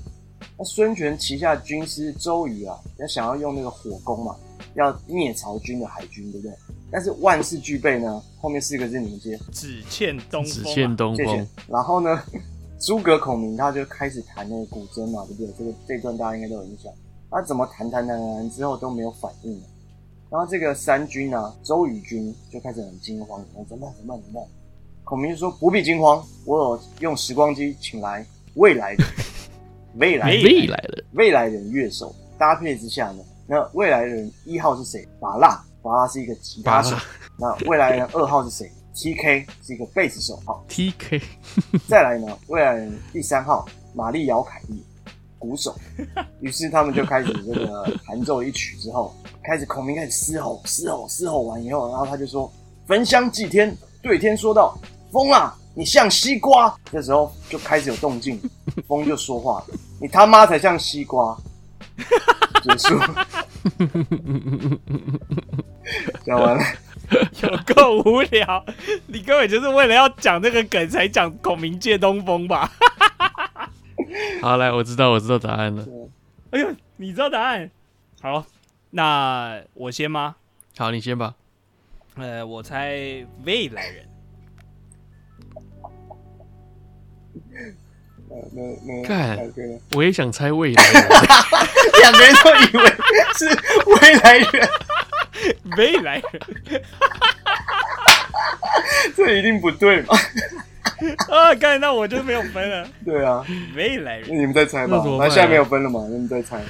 那孙权旗下军师周瑜啊，要想要用那个火攻嘛，要灭曹军的海军，对不对？但是万事俱备呢，后面四个字你们接，只欠东风、啊。只欠东谢谢风，。然后呢， 诸葛孔明他就开始弹那个古筝嘛，对不对？这个这段大家应该都有印象。他怎么弹弹弹弹之后都没有反应了，然后这个三军啊，周瑜军就开始很惊慌，然后怎么办？怎么办？怎么办？孔明就说不必惊慌，我有用时光机请来未来人，未来人未来的未来人乐手搭配之下呢，那未来人一号是谁？法拉，法拉是一个吉他手法拉。那未来人二号是谁？TK 是一个贝斯手。好， TK 再来呢，未来人第三号玛丽姚凯莉，鼓手。于是他们就开始这个弹奏一曲之后，开始孔明开始嘶吼嘶吼嘶吼完以后，然后他就说：“焚香祭天，对天说道：“风啊，你像西瓜。”这时候就开始有动静，风就说话了：“你他妈才像西瓜！”结束，讲完了。有够无聊！你根本就是为了要讲这个梗才讲孔明借东风吧？ 好，来，我知道，我知道答案了。哎呦，你知道答案？好，那我先吗？好，你先吧。呃，我猜未来人。呃那那干两个人我也想猜未来 人，两个人都以为是未来人，未来人，这一定不对嘛？ 啊，干，那我就没有分了。对啊，未来那人，你们再猜吧那怎。么办啊那现在没有分了嘛？那你们再猜。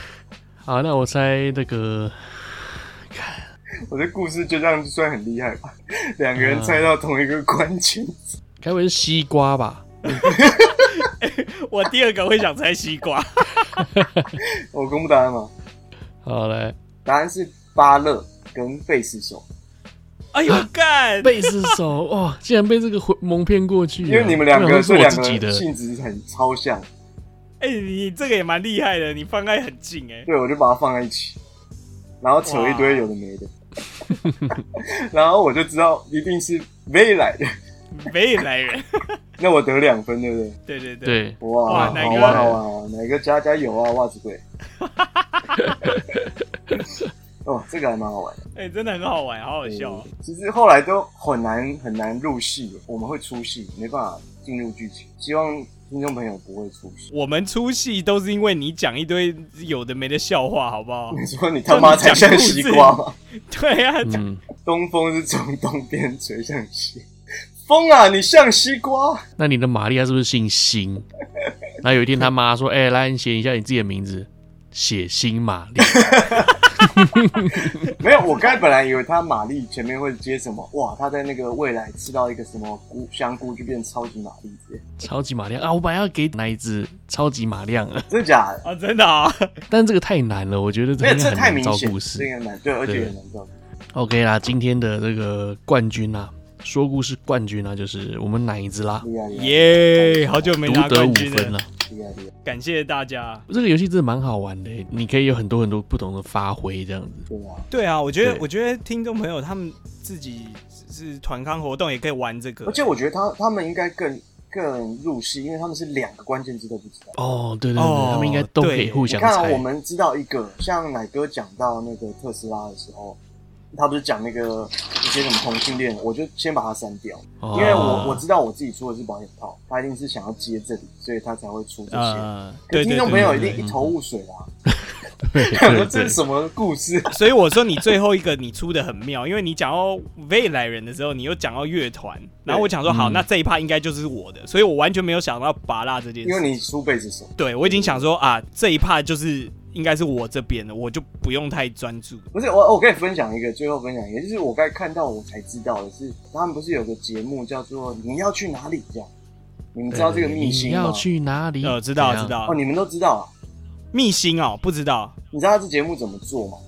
好，那我猜那个我的故事就这样算很厉害吧？ 两个人猜到同一个关键 字，该不会是西瓜吧？我第二个会想猜西瓜。我公布答案吗？好，来，答案是巴勒跟贝斯手， 哎呦，干，贝斯手，哇， 竟然被这个回蒙骗过去了，因为你们两我想说嗯个是这我两自己个的，性质很超像，哎，你这个也蛮厉害的，你放开很近哎。对我就把它放在一起，然后扯一堆有的没的， 然后我就知道一定是未来的， 未来 人，那我得两分对不对？对对对，对，哇哇，好哪玩个好玩好玩，哪个加加油啊，袜子 鬼！哦，这个还蛮好玩的，哎，真的很好玩，好好笑哦。其实后来都很难很难入戏，我们会出戏，没办法进入剧情。希望听众朋友不会出 戏。我们出戏都是因为你讲一堆有的没的笑话，好不好？你说你他妈才像西瓜吗？ 对啊，嗯， 东风是从东边吹向西，风啊，你像西瓜。那你的玛利亚是不是姓辛？那有一天他妈说，哎、来，你写一下你自己的名字，写辛玛丽。没有，我刚才本来以为他玛丽前面会接什么，哇，他在那个未来吃到一个什么菇香菇就变超级玛丽之类的，超级马亮啊！我本来要给那一只超级马亮啊，真的假的？啊，真的啊，但这个太难了，我觉得没有，应该这很太难明造显，故这事。个难，对，而且对也难造。 OK 啦，今天的这个冠军啊，说故事冠军啊，就是我们奶子啦，厉害厉害 耶！好久没独拿得冠五军啊分啊了了，。厉害厉害，感谢大家。这个游戏真的蛮好玩的，你可以有很多很多不同的发挥，这样子。对啊，对啊，我觉得对我觉得听众朋友他们自己是团康活动也可以玩这个而。且我觉得他他们应该更更入戏，因为他们是两个关键字都不知道。哦，对对对，哦他们应该都可以对互你相看啊，猜我。们知道一个，像奶哥讲到那个特斯拉的时候，他不是讲那个一些什么同性恋，我就先把它删掉，哦因为我我知道我自己出的是保险套，他一定是想要接这里，所以他才会出这些。呃，可对听对对众朋对，友一啊对嗯定一头雾水啦，对想说对 这是对，什么故事？所以我说你最后一个你出的很妙，因为你讲到未来人的时候，你又讲到乐团，然后我想说好，嗯那这一趴应该就是我的，所以我完全没有想到拔蜡这件因为事。你出辈子手，对我已经想说啊，这一趴就是应该是我这边的，我就不用太专注。不是我，我可以分享一个，最后分享一个，就是我刚才看到我才知道的是，他们不是有个节目叫做“你要去哪里”这样，你们知道这个秘辛你吗？要去哪里？呃，知怎道样知。道哦，，你们都知道啊。密星哦，不知道你知道这节目怎么做吗？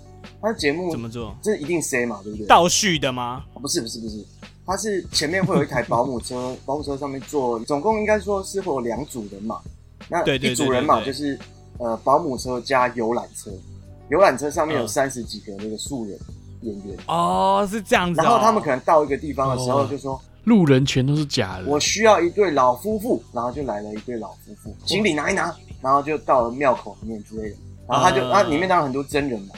它节目怎么做，这一定 C 嘛，对不对？倒叙的吗？不是不是不是，它是前面会有一台保姆车，保姆车上面坐，总共应该说是会有两组人马。那对对对一组对人马对就是呃保姆车加游览车，游览车上面有嗯三十几个那个素人演员，哦，是这样子、哦。然后他们可能到一个地方的时候哦就说。路人全都是假的。我需要一对老夫妇，然后就来了一对老夫哦妇，行李拿一拿，然后就到了庙口里面之类的，然后他就，啊嗯那、里面当然很多真人嘛，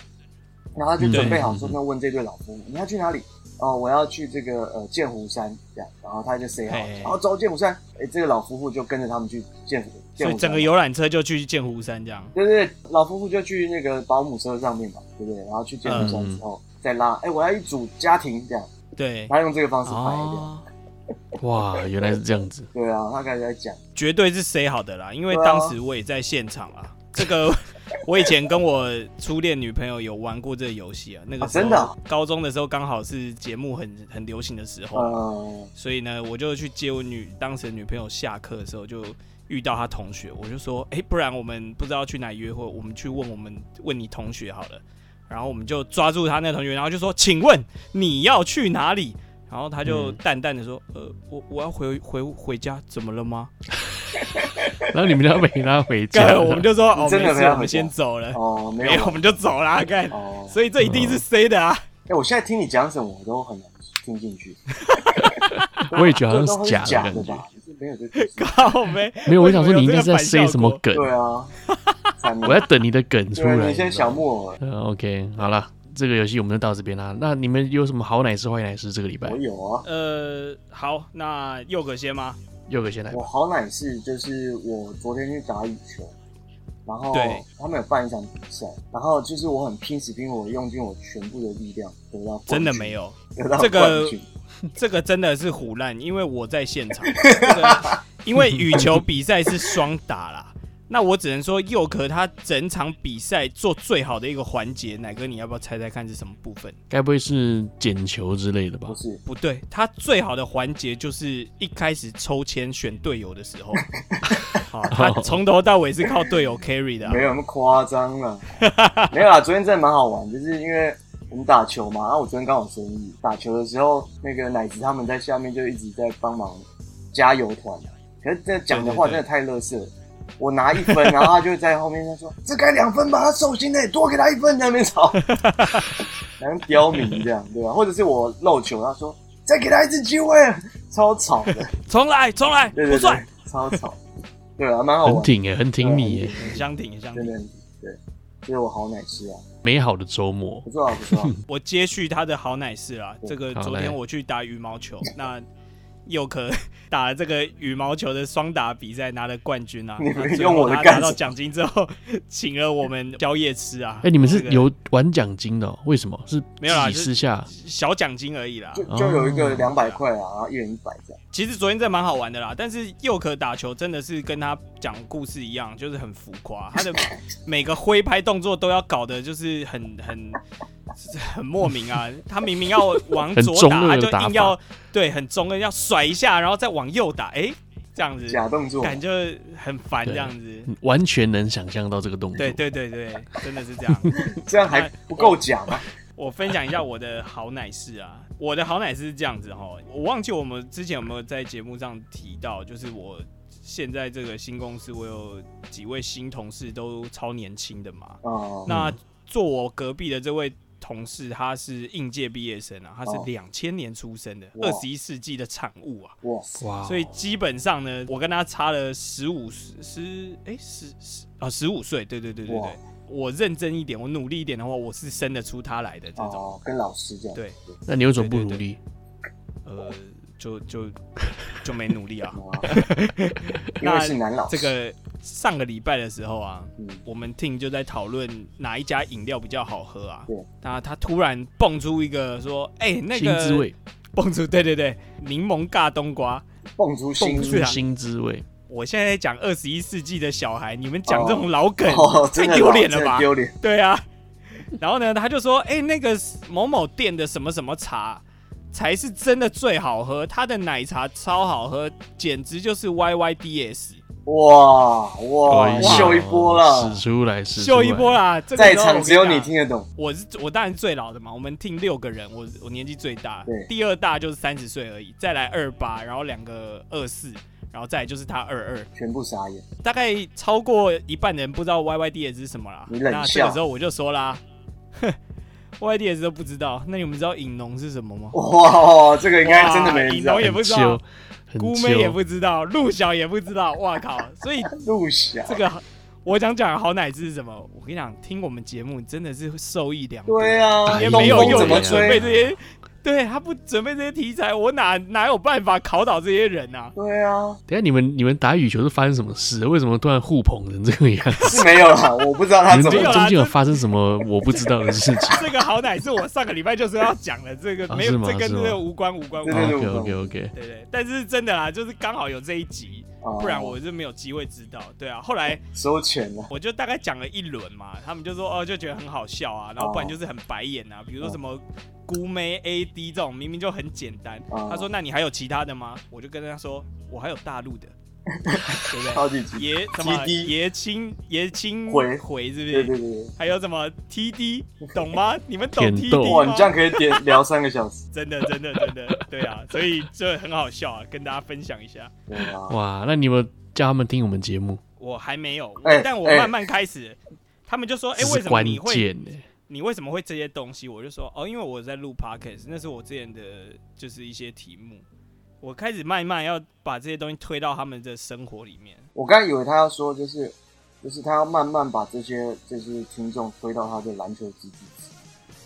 然后他就准备好说，嗯那问这对老夫妇，你要去哪里？哦，我要去这个呃剑湖山这样，然后他就 say 好，嘿然后走剑湖山，哎，这个老夫妇就跟着他们去剑湖，剑所以湖整山个嘛。游览车就去剑湖山这样。对对，对老夫妇就去那个保姆车上面嘛，对不对？然后去剑湖山嗯之后、再拉，哎，我要一组家庭这样，对，他用这个方式拍这样，哦，哇，原来是这样子。对啊，他开始在讲，绝对是 say 好的啦，因为对啊当时我也在现场啊。这 个我以前跟我初恋女朋友有玩过这个游戏啊，那个啊时候真的啊高中的时候刚好是节目很很流行的时候，呃，所以呢，我就去接我女当时的女朋友下课的时候，就遇到她同学，我就说，哎、不然我们不知道去哪里约会，我们去问我们问你同学好了。然后我们就抓住她那个同学，然后就说，请问你要去哪里？然后他就嗯淡淡的说：“呃，我我要回回回家，怎么 了吗然后你们要被他回？”家 干，了，我们就说：“哦，真的没没事，有我们回家先走了。哦，”啊没没有，有我们就走嗯啦。干，哦，所以这一定是 C 的 啊。 哎、我现在听你讲什么，我都很难听进去。我也觉得好这像都是是假假的感觉。吧？就是没有这个。靠没 没有，我想说你应该为是什在么有这个 say 什么反效果梗，对啊，惨了我在等你的梗出对啊，来。你现在 小木耳，嗯、OK，好了，这个游戏我们就到这边啦。那你们有什么好奶师坏奶师？这个礼拜我有啊。呃，好，那佑可先吗？佑哥先来吧我。好奶是就是我昨天去打羽球，然后对他们有办一场比赛，然后就是我很拼死拼活，用尽我全部的力量得到冠军真的没，有，得到这个冠军。这个真的是胡乱，因为我在现场。这个因为羽球比赛是双打啦，那我只能说佑可他整场比赛做最好的一个环节，奶哥你要不要猜猜看是什么部分？该不会是捡球之类的吧不？是不对，他最好的环节就是一开始抽签选队友的时候，好，他从头到尾是靠队友 carry 的啊、没有那么夸张了， 没有啦，啊昨天真的蛮好玩，就是因为我们打球嘛，然、后我昨天刚好生日，打球的时候，那个奶子他们在下面就一直在帮忙加油团，可是这讲的话对对对真的太乐色了。我拿一分， 然后他就在后面他说：“这该两分吧，他手心嘞，多给他一分。”在那边吵， 好像刁民这样，对吧？或者是我漏球，他说：“再给他一次机会。”超吵的，重来，重来，对不对对算，，超吵，对啊，蛮好很玩，挺哎、很挺你哎、很相挺，很相真挺。的很对，所以我好奶吃啊。美好的周末不。错啊，不错啊。 我接续他的好奶事啦。嗯这个哦好昨来天我去打羽毛球， 那佑可打了这个羽毛球的双打比赛拿了冠 军啊。你们那最用后我的他干拿到什么奖金之后， 请了我们宵夜吃啊。哎、你们是这个有玩奖金的、哦？为什么？是没有啦自己私下小奖金而已啦就。哦就有一个两百块啊，然后一人一百这样。其实昨天真的蛮好玩的啦，但是佑可打球真的是跟他讲故事一样，就是很浮夸，他的每个挥拍动作都要搞的，就是很很很莫名啊。他明明要往很左中打，二他的就打法硬要对很中二，要甩一下，然后再往右打，哎、这样子假动作，感觉很烦，对这样子。完全能想象到这个动作？对对对对，真的是这样。这样啊还不够啊 假吗？我分享一下我的好奶事啊，我的好奶事是这样子哈，我忘记我们之前有没有在节目上提到，就是我现在这个新公司，我有几位新同事都超年轻的嘛。啊，那坐我隔壁的这位同事，他是应届毕业生啊，他是哦两千年出生的，哇二十一世纪的产物啊。哇塞，哇哦，所以基本上呢，我跟他差了十五十十哎十十啊十五岁，对对对对哇对，我认真一点，我努力一点的话，我是生得出他来的这种。哦，跟老师这样，。对，那你为什么不对对努力？呃，就就就没努力啊 哇 因为是男老这师，个上个礼拜的时候啊，嗯，我们 team 就在讨论哪一家饮料比较好喝啊对。那他突然蹦出一个说：“哎、那新滋个味，蹦出对对对，柠檬尬冬瓜。蹦出新蹦出对啊新滋味。”我现在在讲二十一世纪的小孩，你们讲这种老梗， 哦，太真的丢老脸了真的吧？丢脸， 对啊。然后呢，他就说：“哎、那个某某店的什么什么茶才是真的最好喝，他的奶茶超好喝，简直就是 YYDS，哇哇哎，呀秀一波了使，出来，使出秀一波啊来。啦！这个在时候场只有你我跟讲。听得懂，我是我当然最老的嘛，我们 team 六个人，我我年纪最大对，第二大就是三十岁而已，再来二八，然后两个二四，然后再来就是他二二，全部傻眼，大概超过一半人不知道 YYDS 是什么啦。你冷那这笑个时候我就说啦 哼，YYDS 都不知道，那你们知道饮农是什么吗？哇，这个应该真的没人知道哇饮，也不知道很很姑妹也旧不知道，陆小也不知道，哇靠！所以陆小这，个 我想讲的好奶汁是什么？我跟你讲，听我们节目真的是会受益良多。对啊，也哎没东有风用，怎么准备追？这些，对他不准备这些题材，我哪哪有办法考倒这些人啊？对啊，等一下你们你们打羽球是发生什么事？为什么突然互捧成这个样 子？是没有啦，我不知道他你们怎中没有么啦中间有这发生什么我不知道的事情？这个好歹是我上个礼拜就是要讲的，这个 啊没有是，吗这跟是这吗个无关无关无 对对关。对 OK OK OK，对对，但是真的啦，就是刚好有这一集，哦不然我是没有机会知道。对啊，后来收钱了，我就大概讲了一轮嘛，他们就说哦，就觉得很好笑啊，然后不然哦就是很白眼啊，比如说什么姑妹 AD 这种，明明就很简单。哦 他说那你还有其他的吗？我就跟他说我还有大陆的，对不对？超级急。爷什么 TD 爷青爷青哦回回是不对是？对对还有什么 TD 懂吗？你们懂舔 TD 豆对，吗？哇，你这样可以点聊三个 小时，真的真的真的，对啊，所以这很好笑啊，跟大家分享一下。对啊，哇，那你们叫他们听我们节目，我还没有，哎但我哎慢慢开始。他们就说：“哎、这为是什么关你会键呢、欸你为什么会这些东西？”我就说：“哦，因为我在录 podcast，那是我之前的就是一些题目。我开始慢慢要把这些东西推到他们的生活里面。我刚才以为他要说就是就是他要慢慢把这些这些听众推到他的篮球基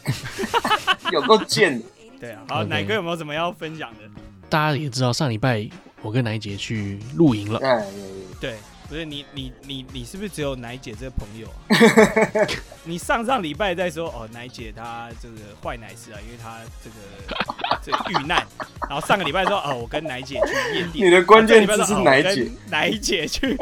地去， 有够贱的。对啊，好 OK 奶哥有没有什么要分享的？大家也知道，上礼拜我跟奶姐去露营了，哎，有有有对，不是你你你你是不是只有奶姐这个朋友、啊？ 你上上礼拜在说哦，奶姐她这个坏奶师啊，因为她这个这个遇难。然后上个礼拜说哦，我跟奶姐去夜店。你的关键字然后是这个礼拜奶说哦姐，，我跟奶姐去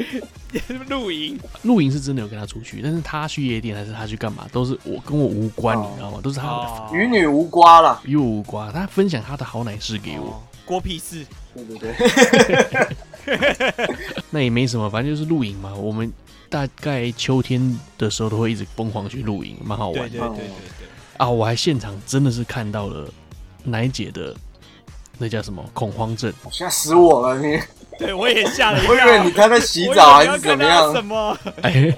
露营。露营是真的有跟她出去，但是她去夜店还是她去干嘛，都是我跟我无关，哦你知道吗？都是她的哦，与女无瓜啦。与我无关，她分享她的好奶事给 我，哦郭屁事。对对对， 那也没什么，反正就是露营嘛。我们大概秋天的时候都会一直疯狂去露营，蛮好玩哦对的。对对对对。啊，我还现场真的是看到了奶姐的那叫什么恐慌 症，吓死我了！你，对，我也吓了一我以为跳你。他在洗我以为澡你还要是怎看么到样什？么？哎，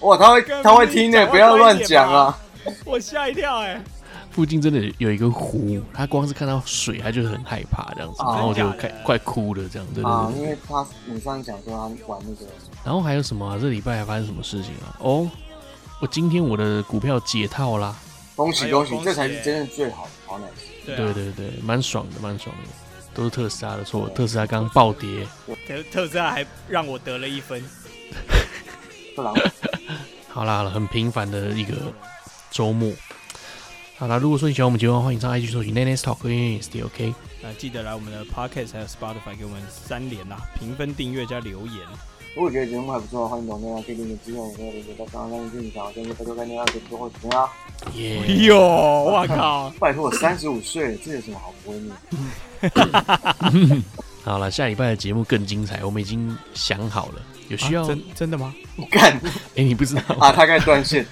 哇，他会他会听的，不要乱讲啊！我吓一跳哎、附近真的有一个湖，她光是看到水，她就很害怕这样子，哦然后就真的假快的快哭了这样，对对啊，对。因为他你上次讲说他玩那个，然后还有什么、啊？这礼拜还发生什么事情啊？哦，我今天我的股票解套啦，恭哎喜呦恭喜恭，喜这才是真正最好的好奶昔。对对啊，对对，蛮爽的，蛮爽的。都是特斯拉的错，对特斯拉刚暴跌，特特斯拉还让我得了一分。不然好啦，好啦很平凡的一个周末。好啦，如果说你喜欢我们节目的话，欢迎上 IG 搜寻 n a n s Talk n s t OK。那记得来我们的 Podcast 还有 Spotify 给我们三连啦，评分、订阅加留言。如果觉得节目还不错，欢迎抖内啊，可以点点支持我们的连接，到刚刚上面进行，但是拜托干爹让给多或怎么样？耶、哎呦，我靠！拜托，我三十五岁了，这有什么好不 会念？好了，下礼拜的节目更精彩，我们已经想好了。有需要？哎、啊 真真的吗？干你不知道吗？啊，他该断线。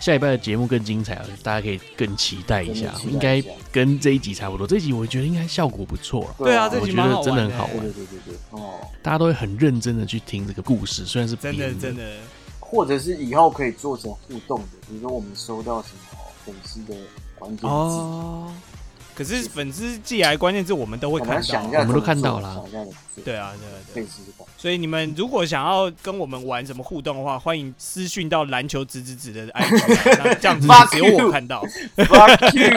下礼拜的节目更精彩啊，大家可以更期待一下真的，期待一下应该跟这一集差不多。这一集我觉得应该效果不错了，对啊，对这我集觉蛮好得玩真的很好对玩对，对对对，哦，大家都会很认真的去听这个故事，虽然是真的真的，的。或者是以后可以做成互动的，比如说我们收到什么粉丝的关嗯键字，哦。可是粉丝寄来关键字，我们都会我们要看想一到。啊下我怎们么都做，看到了想一下怎么做，对啊，对啊，可对以啊。试试看。所以你们如果想要跟我们玩什么互动的话，欢迎私讯到篮球直直直的 IG，那这样子 Fuck 只有我看到。 Fuck you！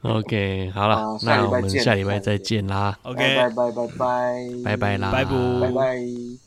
OK，好好了，那下礼拜我们见下礼拜再见啦， OK，拜拜拜拜拜拜拜啦，拜拜拜拜。